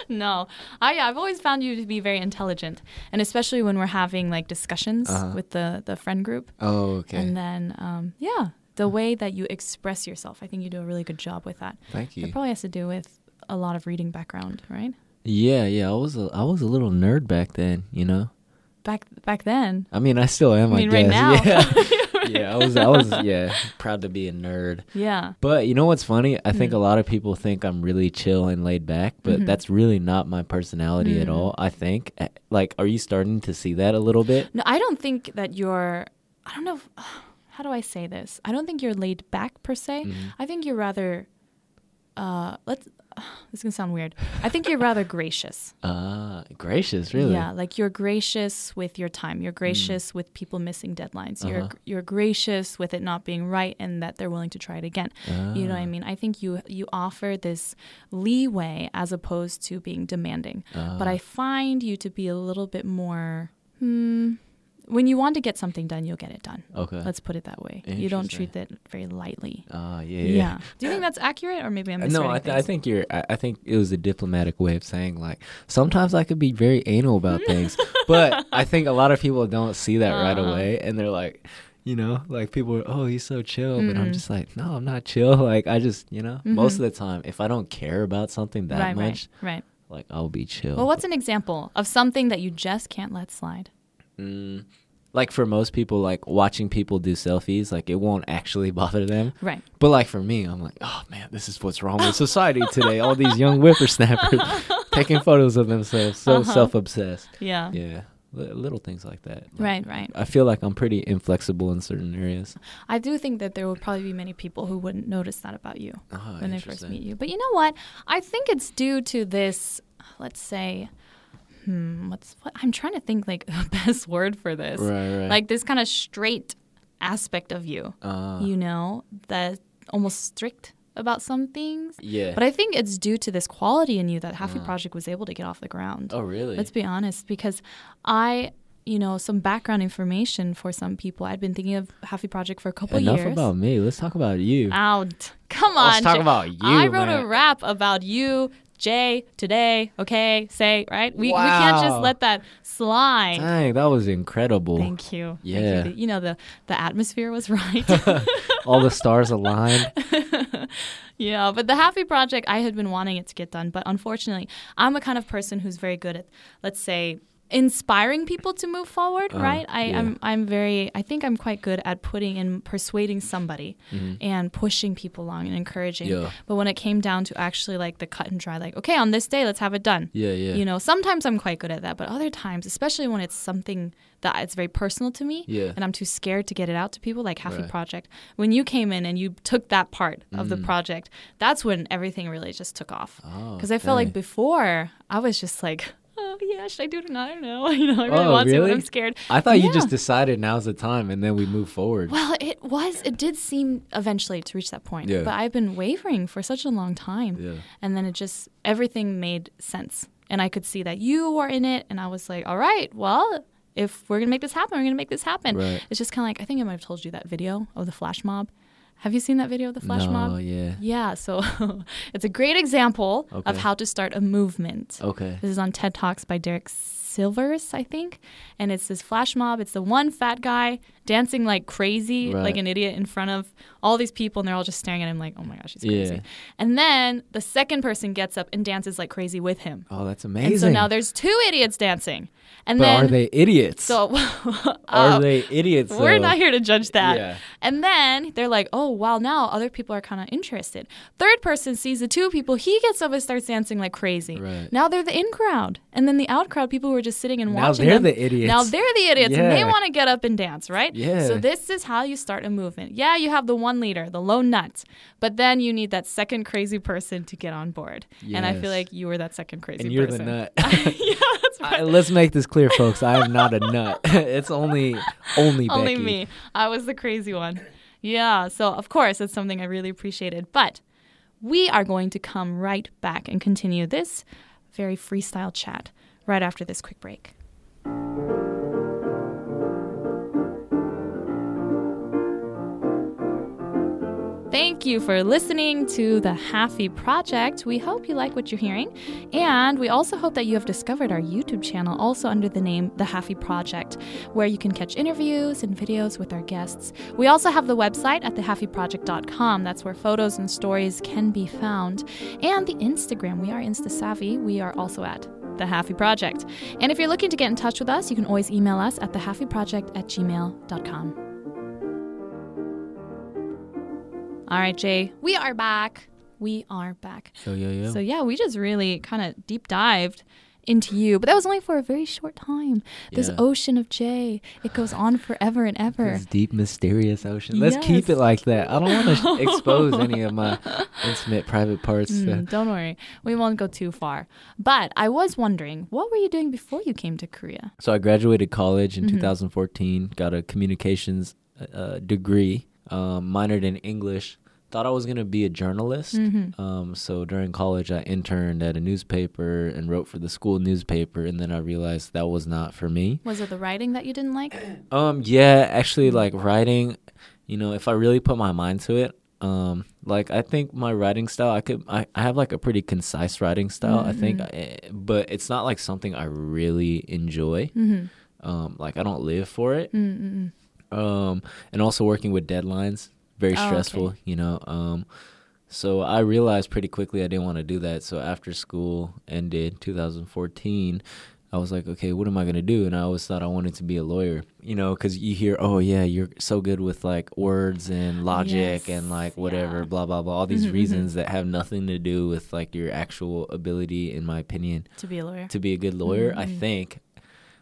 Speaker 1: No, I I've always found you to be very intelligent, and especially when we're having like discussions with the the friend group,
Speaker 2: oh Uh-huh. okay. Hmm.
Speaker 1: and then um, yeah, the way that you express yourself, I think you do a really good job with that.
Speaker 2: Thank you.
Speaker 1: It probably has to do with a lot of reading background, right?
Speaker 2: yeah, yeah. I was a I was a little nerd back then, you know.
Speaker 1: Back back then,
Speaker 2: I mean, I still am.
Speaker 1: I
Speaker 2: I,
Speaker 1: mean, right
Speaker 2: guess.
Speaker 1: now.
Speaker 2: Oh Yeah. yeah, I was, I was, yeah, proud to be a nerd.
Speaker 1: yeah.
Speaker 2: But you know what's funny? I
Speaker 1: Hmm.
Speaker 2: think a lot of people think I'm really chill and laid back, but
Speaker 1: Mm-hmm.
Speaker 2: that's really not my personality
Speaker 1: Mm.
Speaker 2: at all. I think, Uh, like, are you starting to see that a little bit?
Speaker 1: No, I don't think that you're. I don't know. If, how do I say this? I don't think you're laid back per se. I think you're rather. Uh, let's. this is gonna sound weird. I think you're rather gracious.
Speaker 2: Uh gracious, really? Mm.
Speaker 1: Yeah, like you're gracious with your time. You're gracious with people missing deadlines. You're
Speaker 2: Uh-huh.
Speaker 1: you're gracious with it not being right and that they're willing to try it again. You
Speaker 2: Ah.
Speaker 1: know what I mean? I think you you offer this leeway as opposed
Speaker 2: Ah.
Speaker 1: to being demanding. But I find you to be a little bit more hmm, when you want to get something done, you'll get it done.
Speaker 2: Okay.
Speaker 1: Let's put it that way. You don't
Speaker 2: Interesting.
Speaker 1: treat that very lightly.
Speaker 2: Ah, yeah.
Speaker 1: Yeah.
Speaker 2: yeah.
Speaker 1: Do you think that's accurate, or maybe I'm misreading
Speaker 2: No, I, th- I
Speaker 1: things?
Speaker 2: think you're. I, I think it was a diplomatic way of saying like sometimes I could be very anal about things, but I think a lot of people don't see that right
Speaker 1: Uh-uh.
Speaker 2: away, and they're like, you know, like people are, oh, he's so chill, but
Speaker 1: Mm.
Speaker 2: I'm just like, no, I'm not chill. Like I just, you know, most of the time, if I don't care about something that
Speaker 1: Mm-hmm. right,
Speaker 2: much,
Speaker 1: right, right.
Speaker 2: like I'll be chill.
Speaker 1: Well, what's an example of something that you just can't let slide?
Speaker 2: Mm, like for most people, like watching people do selfies, like it won't actually bother them.
Speaker 1: Right.
Speaker 2: But like for me, I'm like, oh man, this is what's wrong with society today. All these young whippersnappers taking photos of themselves, so
Speaker 1: Uh-huh.
Speaker 2: self-obsessed.
Speaker 1: Yeah.
Speaker 2: Yeah, li- little things like that. Like,
Speaker 1: Right, right.
Speaker 2: I feel like I'm pretty inflexible in certain areas.
Speaker 1: I do think that there would probably be many people who wouldn't notice that about you
Speaker 2: Ah,
Speaker 1: when they first
Speaker 2: interesting.
Speaker 1: meet you. But you know what? I think it's due to this, let's say, hmm, what's what? I'm trying to think like the best word for this.
Speaker 2: Right, right.
Speaker 1: Like this kind of straight aspect of you,
Speaker 2: Uh,
Speaker 1: you know, that almost strict about some things.
Speaker 2: yeah. Mm.
Speaker 1: But I think it's due to this quality in you that Happy Project was able to get off the ground.
Speaker 2: oh really?
Speaker 1: Let's be honest, because I, you know, some background information for some people. I'd been thinking of Happy Project for a couple
Speaker 2: Enough
Speaker 1: years.
Speaker 2: about me. Let's talk about you.
Speaker 1: Out. Come on.
Speaker 2: Let's talk
Speaker 1: Jay.
Speaker 2: about you,
Speaker 1: I wrote a
Speaker 2: man.
Speaker 1: rap about you, Jay, today. Okay, say right. We we can't just
Speaker 2: Wow.
Speaker 1: let that slide.
Speaker 2: Dang, that was incredible.
Speaker 1: Thank you. Thank you.
Speaker 2: Yeah.
Speaker 1: The- You know the the atmosphere was right.
Speaker 2: All the stars aligned.
Speaker 1: Yeah, but the happy project, I had been wanting it to get done, but unfortunately, I'm a kind of person who's very good at, let's say, inspiring people to move forward. right? I,
Speaker 2: Uh, yeah.
Speaker 1: I'm, I'm very, I think I'm quite good at putting in persuading somebody and pushing people along and encouraging.
Speaker 2: Mm-hmm. Yeah.
Speaker 1: But when it came down to actually like the cut and dry, like, okay, on this day, let's have it done.
Speaker 2: Yeah, yeah.
Speaker 1: You know, sometimes I'm quite good at that, but other times, especially when it's something that it's very personal to me,
Speaker 2: Yeah.
Speaker 1: and I'm too scared to get it out to people, like Happy
Speaker 2: Right. Mm.
Speaker 1: Project. When you came in and you took that part of the project, that's when everything really just took off.
Speaker 2: Oh,
Speaker 1: Because I felt like
Speaker 2: dang.
Speaker 1: before, I was just like, oh, yeah, should I do it or not? I don't know. You know, I really
Speaker 2: Oh,
Speaker 1: want to,
Speaker 2: really?
Speaker 1: but I'm scared.
Speaker 2: I thought you
Speaker 1: Yeah.
Speaker 2: just decided now's the time, and then we move forward.
Speaker 1: Well, it was. It did seem eventually to reach that point.
Speaker 2: Yeah.
Speaker 1: But I've been wavering for such a long time.
Speaker 2: Yeah.
Speaker 1: And then it just, everything made sense. And I could see that you were in it. And I was like, all right, well, if we're going to make this happen, we're going to make this happen.
Speaker 2: Right.
Speaker 1: It's just kind of like, I think I might have told you that video of the flash mob. Have you seen that video of the flash
Speaker 2: no,
Speaker 1: mob?
Speaker 2: yeah.
Speaker 1: Yeah. So it's a great example of
Speaker 2: Okay.
Speaker 1: how to start a movement.
Speaker 2: Okay.
Speaker 1: This is on TED Talks by Derek Silvers, I think. And it's this flash mob. It's the one fat guy dancing like crazy,
Speaker 2: Right.
Speaker 1: like an idiot in front of all these people. And they're all just staring at him like, oh my gosh, he's crazy.
Speaker 2: Yeah.
Speaker 1: And then the second person gets up and dances like crazy with him.
Speaker 2: Oh, that's
Speaker 1: And
Speaker 2: amazing.
Speaker 1: so now there's two idiots dancing. And
Speaker 2: but
Speaker 1: then.
Speaker 2: are they idiots?
Speaker 1: so,
Speaker 2: are
Speaker 1: uh,
Speaker 2: they idiots?
Speaker 1: we're
Speaker 2: though?
Speaker 1: not here to judge that.
Speaker 2: Yeah.
Speaker 1: And then they're like, oh, wow, now other people are kind of interested. Third person sees the two people. He gets up and starts dancing like crazy.
Speaker 2: Right.
Speaker 1: Now they're the in crowd. And then the out crowd, people who are just sitting and
Speaker 2: Now
Speaker 1: watching.
Speaker 2: they're
Speaker 1: them,
Speaker 2: the idiots.
Speaker 1: Now they're the idiots and they
Speaker 2: Yeah.
Speaker 1: want to get up and dance, right?
Speaker 2: Yeah.
Speaker 1: So this is how you start a movement. Yeah, you have the one leader, the lone nut, but then you need that second crazy person to get on board. And I feel
Speaker 2: Yes.
Speaker 1: like you were that second crazy
Speaker 2: And you're the
Speaker 1: person.
Speaker 2: nut.
Speaker 1: yeah, that's right.
Speaker 2: I- let's make this clear, folks. I am not a nut. it's only, only
Speaker 1: Only
Speaker 2: Becky.
Speaker 1: me. I was the crazy one. Yeah. So, of course, it's something I really appreciated. But we are going to come right back and continue this very freestyle chat right after this quick break. Thank you for listening to the Happy Project. We hope you like what you're hearing, and we also hope that you have discovered our YouTube channel, also under the name The Happy Project, where you can catch interviews and videos with our guests. We also have the website at thehappyproject.com. That's where photos and stories can be found, and the Instagram. We are Insta savvy. We are also at the Happy Project. And if you're looking to get in touch with us, you can always email us at thehappyproject at gmail.com. All right, Jay, we are back. We are back.
Speaker 2: Yo, yo, yo.
Speaker 1: So, yeah, we just really kind of deep dived into you, but that was only for a very short time. This
Speaker 2: Yeah.
Speaker 1: ocean of Jay, it goes on forever and ever.
Speaker 2: this deep, mysterious ocean. Let's keep
Speaker 1: Yes.
Speaker 2: it like that. I don't want to expose any of my intimate, private parts. to-
Speaker 1: Mm, don't worry, we won't go too far. But I was wondering, what were you doing before you came to Korea?
Speaker 2: So I graduated college in 2014, got a communications uh, degree, um, minored in English, thought I was gonna be a journalist. Um, so during college, I interned at a newspaper and wrote for the school newspaper, and then I realized that was not for me.
Speaker 1: Was it the writing that you didn't like?
Speaker 2: Um, yeah, actually, like writing, you know, if I really put my mind to it, um, like I think my writing style, I could, I, I have like a pretty concise writing style, I think, I, but it's not like something I really enjoy. Um, like I don't live for
Speaker 1: mm-hmm,
Speaker 2: it. Um, and also working with deadlines, very
Speaker 1: Oh, okay.
Speaker 2: stressful, you know. Um, so I realized pretty quickly I didn't want to do that. So after school ended 2014, I was like, okay, what am I going to do? And I always thought I wanted to be a lawyer, you know, because you hear, oh, yeah, you're so good with like words and logic
Speaker 1: Yes,
Speaker 2: and like whatever,
Speaker 1: yeah.
Speaker 2: blah, blah, blah. All these reasons that have nothing to do with like your actual ability, in my opinion
Speaker 1: To be a lawyer.
Speaker 2: to be a good lawyer, I
Speaker 1: Mm-hmm.
Speaker 2: think.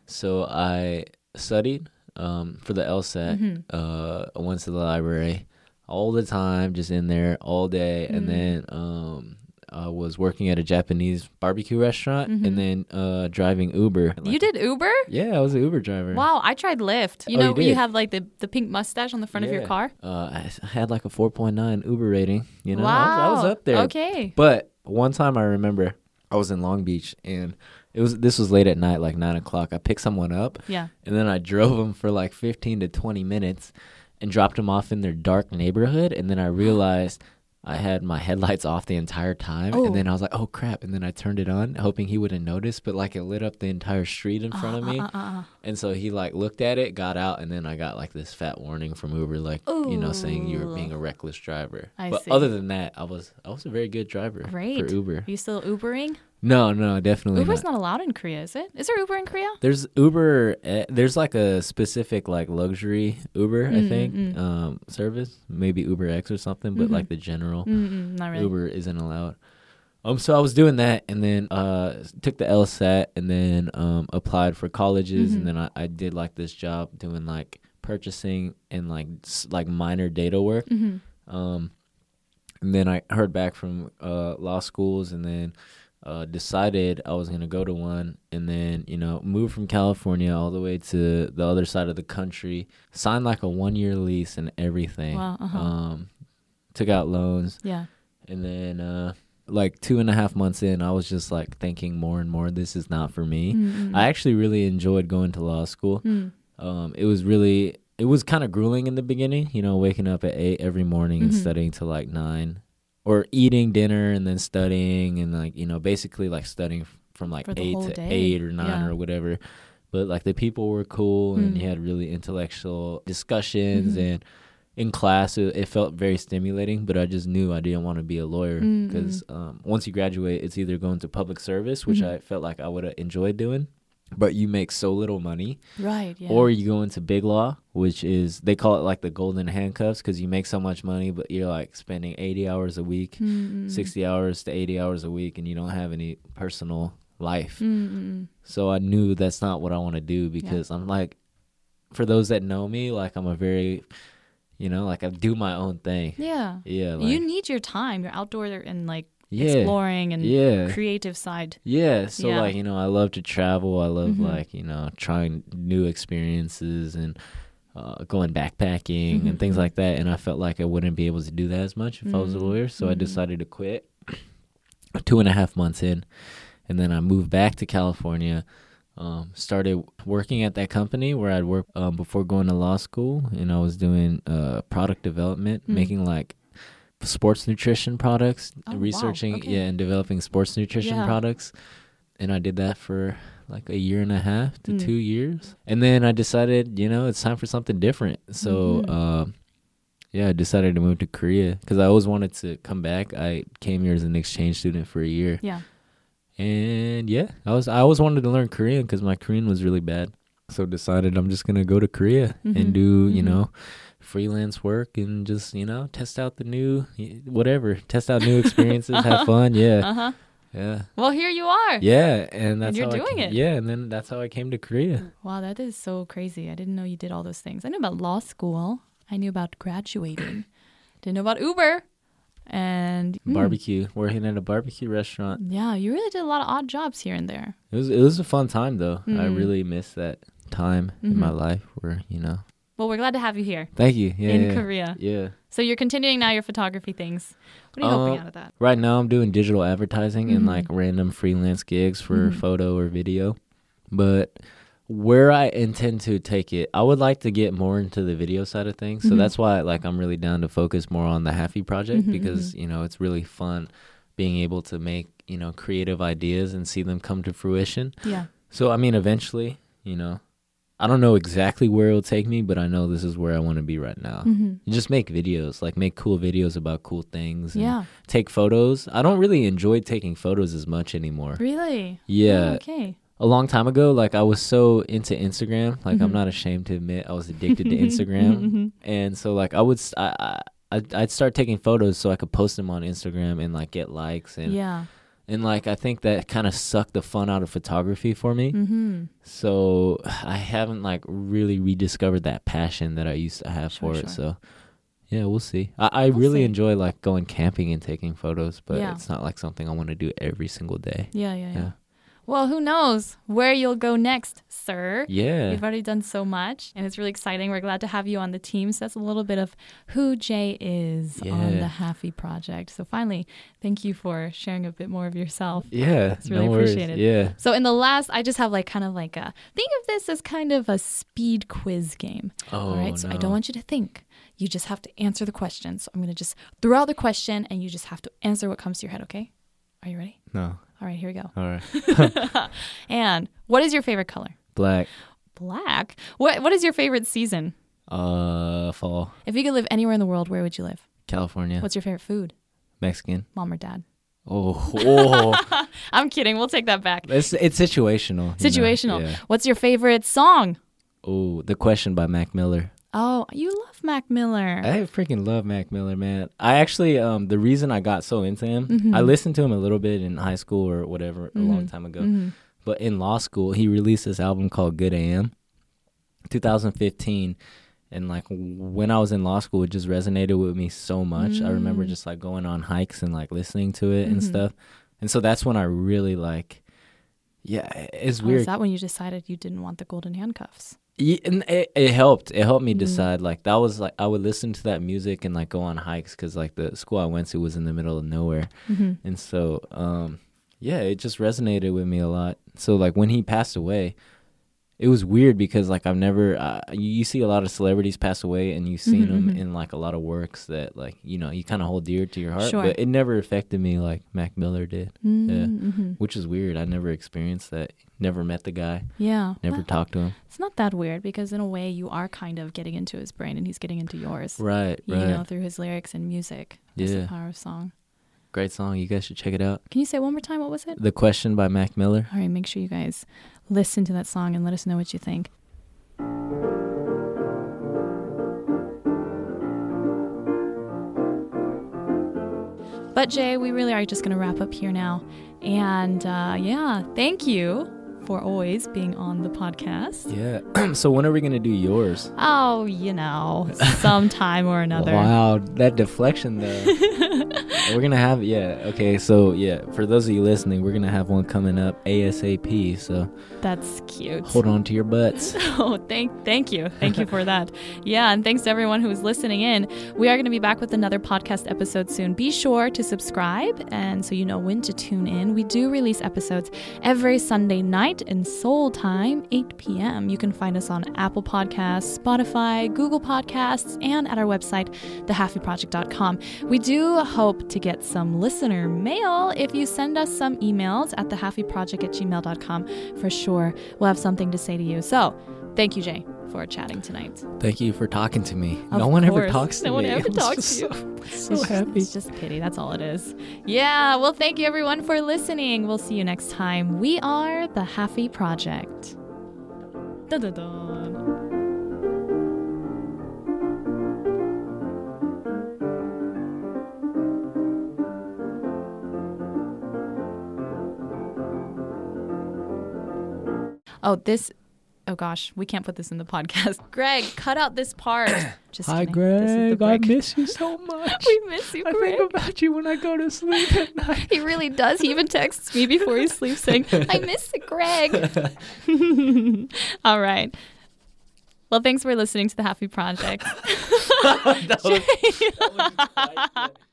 Speaker 2: So I studied um, for the LSAT.
Speaker 1: Mm-hmm.
Speaker 2: Uh, I went to the library all the time, just in there all day,
Speaker 1: Mm-hmm.
Speaker 2: and then um, I was working at a Japanese barbecue restaurant, and then uh, driving Uber.
Speaker 1: Mm-hmm. You did Uber?
Speaker 2: Yeah, I was an Uber driver.
Speaker 1: Wow, I tried Lyft. You
Speaker 2: Oh,
Speaker 1: know,
Speaker 2: you
Speaker 1: you,
Speaker 2: did?
Speaker 1: have like the, the pink mustache on the front of your
Speaker 2: Yeah.
Speaker 1: car.
Speaker 2: Uh, I s- I had like a 4.9 Uber rating. You know,
Speaker 1: wow.
Speaker 2: I, was, I was up there.
Speaker 1: Okay.
Speaker 2: But one time I remember I was in Long Beach and it was this was late at night, like nine o'clock. I picked someone up
Speaker 1: Yeah.
Speaker 2: and then I drove them for like 15 to 20 minutes and dropped them off in their dark neighborhood. And then I realized I had my headlights off the entire time.
Speaker 1: Oh.
Speaker 2: And then I was like, oh crap. And then I turned it on, hoping he wouldn't notice, but like it lit up the entire street in front of me.
Speaker 1: Uh-uh,
Speaker 2: And so he like looked at it, got out, and then I got like this fat warning from Uber, like, you know, saying you were
Speaker 1: Ooh.
Speaker 2: being a reckless driver.
Speaker 1: I
Speaker 2: but
Speaker 1: see.
Speaker 2: other than that, I was I was a very good driver
Speaker 1: Great.
Speaker 2: for Uber.
Speaker 1: You still Ubering?
Speaker 2: No, no, definitely
Speaker 1: Uber's
Speaker 2: not.
Speaker 1: not allowed in Korea, is it? Is there Uber in Korea?
Speaker 2: There's Uber. eh, There's like a specific like luxury Uber, I think, um, service. Maybe Uber X or something, but like the general
Speaker 1: Mm-mm, not really.
Speaker 2: Uber isn't allowed. Um, so I was doing that, and then uh, took the LSAT, and then um, applied for colleges, and then I, I did like this job doing like purchasing and like s- like minor data work. Um, and then I heard back from uh, law schools, and then uh, decided I was gonna go to one, and then you know moved from California all the way to the other side of the country, signed like a one year lease and everything.
Speaker 1: Wow, uh-huh.
Speaker 2: Um, took out loans.
Speaker 1: Yeah.
Speaker 2: And then, uh, like two and a half months in, I was just like thinking more and more, this is not for me.
Speaker 1: Mm-hmm.
Speaker 2: I actually really enjoyed going to law school.
Speaker 1: Hmm.
Speaker 2: Um, it was really, it was kind of grueling in the beginning, you know, waking up at eight every morning
Speaker 1: Mm-hmm.
Speaker 2: and studying till like nine or eating dinner and then studying and like, you know, basically like studying f- from like
Speaker 1: For the
Speaker 2: eight
Speaker 1: whole
Speaker 2: to
Speaker 1: day.
Speaker 2: eight or nine
Speaker 1: Yeah. Mm.
Speaker 2: or whatever. But like the people were cool and you had really intellectual discussions
Speaker 1: Mm-hmm.
Speaker 2: and in class it, it felt very stimulating but i just knew i didn't want to be a lawyer
Speaker 1: Mm-hmm.
Speaker 2: because um, once you graduate it's either going to public service which
Speaker 1: Mm-hmm.
Speaker 2: i felt like i would have enjoyed doing but you make so little money
Speaker 1: Right. Yeah.
Speaker 2: or you go into big law which is they call it like the golden handcuffs because you make so much money but you're like spending 80 hours a week
Speaker 1: Hmm.
Speaker 2: 60 hours to 80 hours a week and you don't have any personal
Speaker 1: Hmm.
Speaker 2: life
Speaker 1: Mm-mm.
Speaker 2: so I knew that's not what I want to do because I'm like, for those that know me, like I'm a very, you know, like I do my own thing.
Speaker 1: Yeah.
Speaker 2: Yeah. Like,
Speaker 1: Hmm. you need your time, your outdoor and like
Speaker 2: Yeah.
Speaker 1: exploring and
Speaker 2: Yeah.
Speaker 1: creative side.
Speaker 2: yeah. So
Speaker 1: Yeah. Mm-hmm.
Speaker 2: like, you know, I love to travel. I love like, you know, trying new experiences and uh, going backpacking
Speaker 1: Mm-hmm.
Speaker 2: and things like that. And I felt like I wouldn't be able to do that as much if I
Speaker 1: Mm-hmm.
Speaker 2: was a lawyer. So I decided to quit two and a half months in. And then I moved back to California. um, started working at that company where I'd worked um, before going to law school, and I was doing uh, product development, making like sports nutrition products,
Speaker 1: Mm. Oh, wow.
Speaker 2: researching,
Speaker 1: Okay.
Speaker 2: yeah, and developing sports nutrition
Speaker 1: Yeah.
Speaker 2: products. And I did that for like a year and a half to two years, and then I decided, you know, it's time for something different. So. um yeah, I decided to move to Korea because I always wanted to come back. I came here as an exchange student for a year,
Speaker 1: Yeah.
Speaker 2: and yeah, I was I always wanted to learn Korean because my Korean was really bad. So decided I'm just gonna go to Korea
Speaker 1: Mm-hmm.
Speaker 2: and do you know freelance work and just you know test out the new whatever, test out new experiences, have fun. Yeah,
Speaker 1: Uh-huh.
Speaker 2: yeah,
Speaker 1: Well, here you are.
Speaker 2: yeah. And that's
Speaker 1: you're
Speaker 2: how I
Speaker 1: doing
Speaker 2: came-
Speaker 1: it.
Speaker 2: Yeah, and then that's how I came to Korea.
Speaker 1: Wow, that is so crazy. I didn't know you did all those things. I knew about law school. I knew about graduating. Didn't know about Uber. And mm,
Speaker 2: Barbecue, working at a barbecue restaurant.
Speaker 1: yeah, you really did a lot of odd jobs here and there. Mm. Mm-hmm.
Speaker 2: It was it was a fun time though. I really miss that time in my life where you know
Speaker 1: Well, we're glad to have you here
Speaker 2: Thank you. Yeah.
Speaker 1: in
Speaker 2: yeah,
Speaker 1: Korea.
Speaker 2: Yeah.
Speaker 1: So you're continuing now your photography things. What are you hoping
Speaker 2: Uh,
Speaker 1: out of that?
Speaker 2: Right now, I'm doing digital advertising
Speaker 1: Mhm.
Speaker 2: and like random freelance gigs for
Speaker 1: Mhm.
Speaker 2: photo or video. But where I intend to take it, I would like to get more into the video side of things. So
Speaker 1: Mhm.
Speaker 2: that's why like I'm really down to focus more on the Happy project
Speaker 1: Mhm,
Speaker 2: because you know it's really fun being able to make you know creative ideas and see them come to fruition.
Speaker 1: Yeah.
Speaker 2: So I mean, eventually, you know, I don't know exactly where it'll take me, but I know this is where I want to be right now.
Speaker 1: Mm-hmm.
Speaker 2: Just make videos, like make cool videos about cool things. and
Speaker 1: Yeah.
Speaker 2: take photos. I don't really enjoy taking photos as much anymore.
Speaker 1: Really? Oh,
Speaker 2: Yeah.
Speaker 1: Okay.
Speaker 2: A long time ago, like I was so into Instagram. Like
Speaker 1: Mhm.
Speaker 2: I'm not ashamed to admit I was addicted to Instagram.
Speaker 1: Mhm.
Speaker 2: And so like I would s- I, I- I'd, I'd start taking photos so I could post them on Instagram and like get likes and
Speaker 1: Yeah.
Speaker 2: and like I think that kind of sucked the fun out of photography for me.
Speaker 1: Mm-hmm.
Speaker 2: So I haven't like really rediscovered that passion that I used to have
Speaker 1: Sure,
Speaker 2: for
Speaker 1: sure.
Speaker 2: it. So yeah, we'll see. I, I
Speaker 1: We'll
Speaker 2: really
Speaker 1: see.
Speaker 2: enjoy like going camping and taking photos, but
Speaker 1: Yeah.
Speaker 2: it's not like something I want to do every single day.
Speaker 1: Yeah, yeah, yeah,
Speaker 2: Yeah.
Speaker 1: Well, who knows where you'll go next, sir?
Speaker 2: Yeah.
Speaker 1: You've already done so much, and it's really exciting. We're glad to have you on the team. So that's a little bit of who Jay is on
Speaker 2: Yeah.
Speaker 1: the Happy Project. So finally, thank you for sharing a bit more of yourself.
Speaker 2: Yeah.
Speaker 1: It's really
Speaker 2: no worries.
Speaker 1: appreciated.
Speaker 2: Yeah.
Speaker 1: So in the last, I just have like kind of like a think of this as kind of a speed quiz game.
Speaker 2: Oh,
Speaker 1: All right. So I
Speaker 2: no.
Speaker 1: don't want you to think. You just have to answer the question. So I'm gonna just throw out the question, and you just have to answer what comes to your head. Okay? Are you ready?
Speaker 2: No.
Speaker 1: All right. Here we go.
Speaker 2: All right.
Speaker 1: And what is your favorite color?
Speaker 2: Black.
Speaker 1: Black. What What is your favorite season?
Speaker 2: Uh, fall.
Speaker 1: If you could live anywhere in the world, where would you live?
Speaker 2: California.
Speaker 1: What's your favorite food?
Speaker 2: Mexican.
Speaker 1: Mom or dad?
Speaker 2: Oh, oh.
Speaker 1: I'm kidding. We'll take that back.
Speaker 2: it's it's situational. you know?
Speaker 1: Situational.
Speaker 2: Yeah.
Speaker 1: What's your favorite song?
Speaker 2: Oh, the question by Mac Miller.
Speaker 1: Oh, you love Mac Miller.
Speaker 2: I freaking love Mac Miller, man. I actually, um, the reason I got so into him, I listened to him a little bit in high school or whatever a long time ago. But in law school, he released this album called Good AM, 2015. And like when I was in law school, it just resonated with me so much. I remember just like going on hikes and like listening to it and stuff. And so that's when I really like, yeah, it's
Speaker 1: Oh,
Speaker 2: weird.
Speaker 1: is that when you decided you didn't want the golden handcuffs?
Speaker 2: Yeah, and it, it helped. It helped me
Speaker 1: Mm-hmm.
Speaker 2: decide. Like that was like I would listen to that music and like go on hikes because like the school I went to was in the middle of nowhere, and so um, yeah, it just resonated with me a lot. So like when he passed away, it was weird because like I've never uh, you, you see a lot of celebrities pass away and you've
Speaker 1: Mm-hmm,
Speaker 2: seen them in like a lot of works that like you know you kind of hold dear to your heart,
Speaker 1: Sure.
Speaker 2: but it never affected me like Mac Miller did,
Speaker 1: Mm-hmm.
Speaker 2: which is weird. I never experienced that. Never met the guy.
Speaker 1: Yeah.
Speaker 2: Never
Speaker 1: Well,
Speaker 2: talked to him.
Speaker 1: it's not that weird because in a way you are kind of getting into his brain and he's getting into yours.
Speaker 2: Right.
Speaker 1: You
Speaker 2: right.
Speaker 1: know, through his lyrics and music. That's the
Speaker 2: Yeah.
Speaker 1: power of song.
Speaker 2: Great song. You guys should check it out.
Speaker 1: Can you say one more time what was it?
Speaker 2: The Question by Mac Miller.
Speaker 1: All right, make sure you guys listen to that song and let us know what you think. But Jay, we really are just going to wrap up here now. And uh, yeah, thank you for always being on the podcast.
Speaker 2: Yeah. so when are we gonna do yours?
Speaker 1: Oh, you know, sometime or another.
Speaker 2: Wow, that deflection though. we're gonna have yeah. Okay, so yeah, for those of you listening, we're gonna have one coming up ASAP. So
Speaker 1: That's cute.
Speaker 2: hold on to your butts.
Speaker 1: Oh, thank thank you. Thank you for that. Yeah, and thanks to everyone who's listening in. We are going to be back with another podcast episode soon. Be sure to subscribe and so you know when to tune in. We do release episodes every Sunday night in Seoul time, 8 p.m. You can find us on Apple Podcasts, Spotify, Google Podcasts, and at our website, thehappyproject.com. We do hope to get some listener mail if you send us some emails at thehappyproject at gmail.com. For sure, we'll have something to say to you. So, Thank you, Jay, for chatting tonight.
Speaker 2: Thank you for talking to me.
Speaker 1: Of
Speaker 2: no one ever
Speaker 1: course.
Speaker 2: talks to
Speaker 1: No
Speaker 2: me.
Speaker 1: one ever
Speaker 2: I'm
Speaker 1: talks to
Speaker 2: so- So,
Speaker 1: it's, just-
Speaker 2: happy.
Speaker 1: it's just pity. That's all it is. Yeah. Well, thank you, everyone, for listening. We'll see you next time. We are the Happy Project. Dun, dun, dun. Oh, this. Oh gosh, we can't put this in the podcast. Greg, cut out this part. Just
Speaker 2: Hi,
Speaker 1: kidding. This is the
Speaker 2: Greg. I
Speaker 1: break.
Speaker 2: miss you so much.
Speaker 1: We miss you,
Speaker 2: I
Speaker 1: Greg.
Speaker 2: think about you when I go to sleep at night.
Speaker 1: He really does. He even texts me before he sleeps saying, I miss Greg. All right. Well, thanks for listening to the Happy Project.
Speaker 2: that was- that was quite good.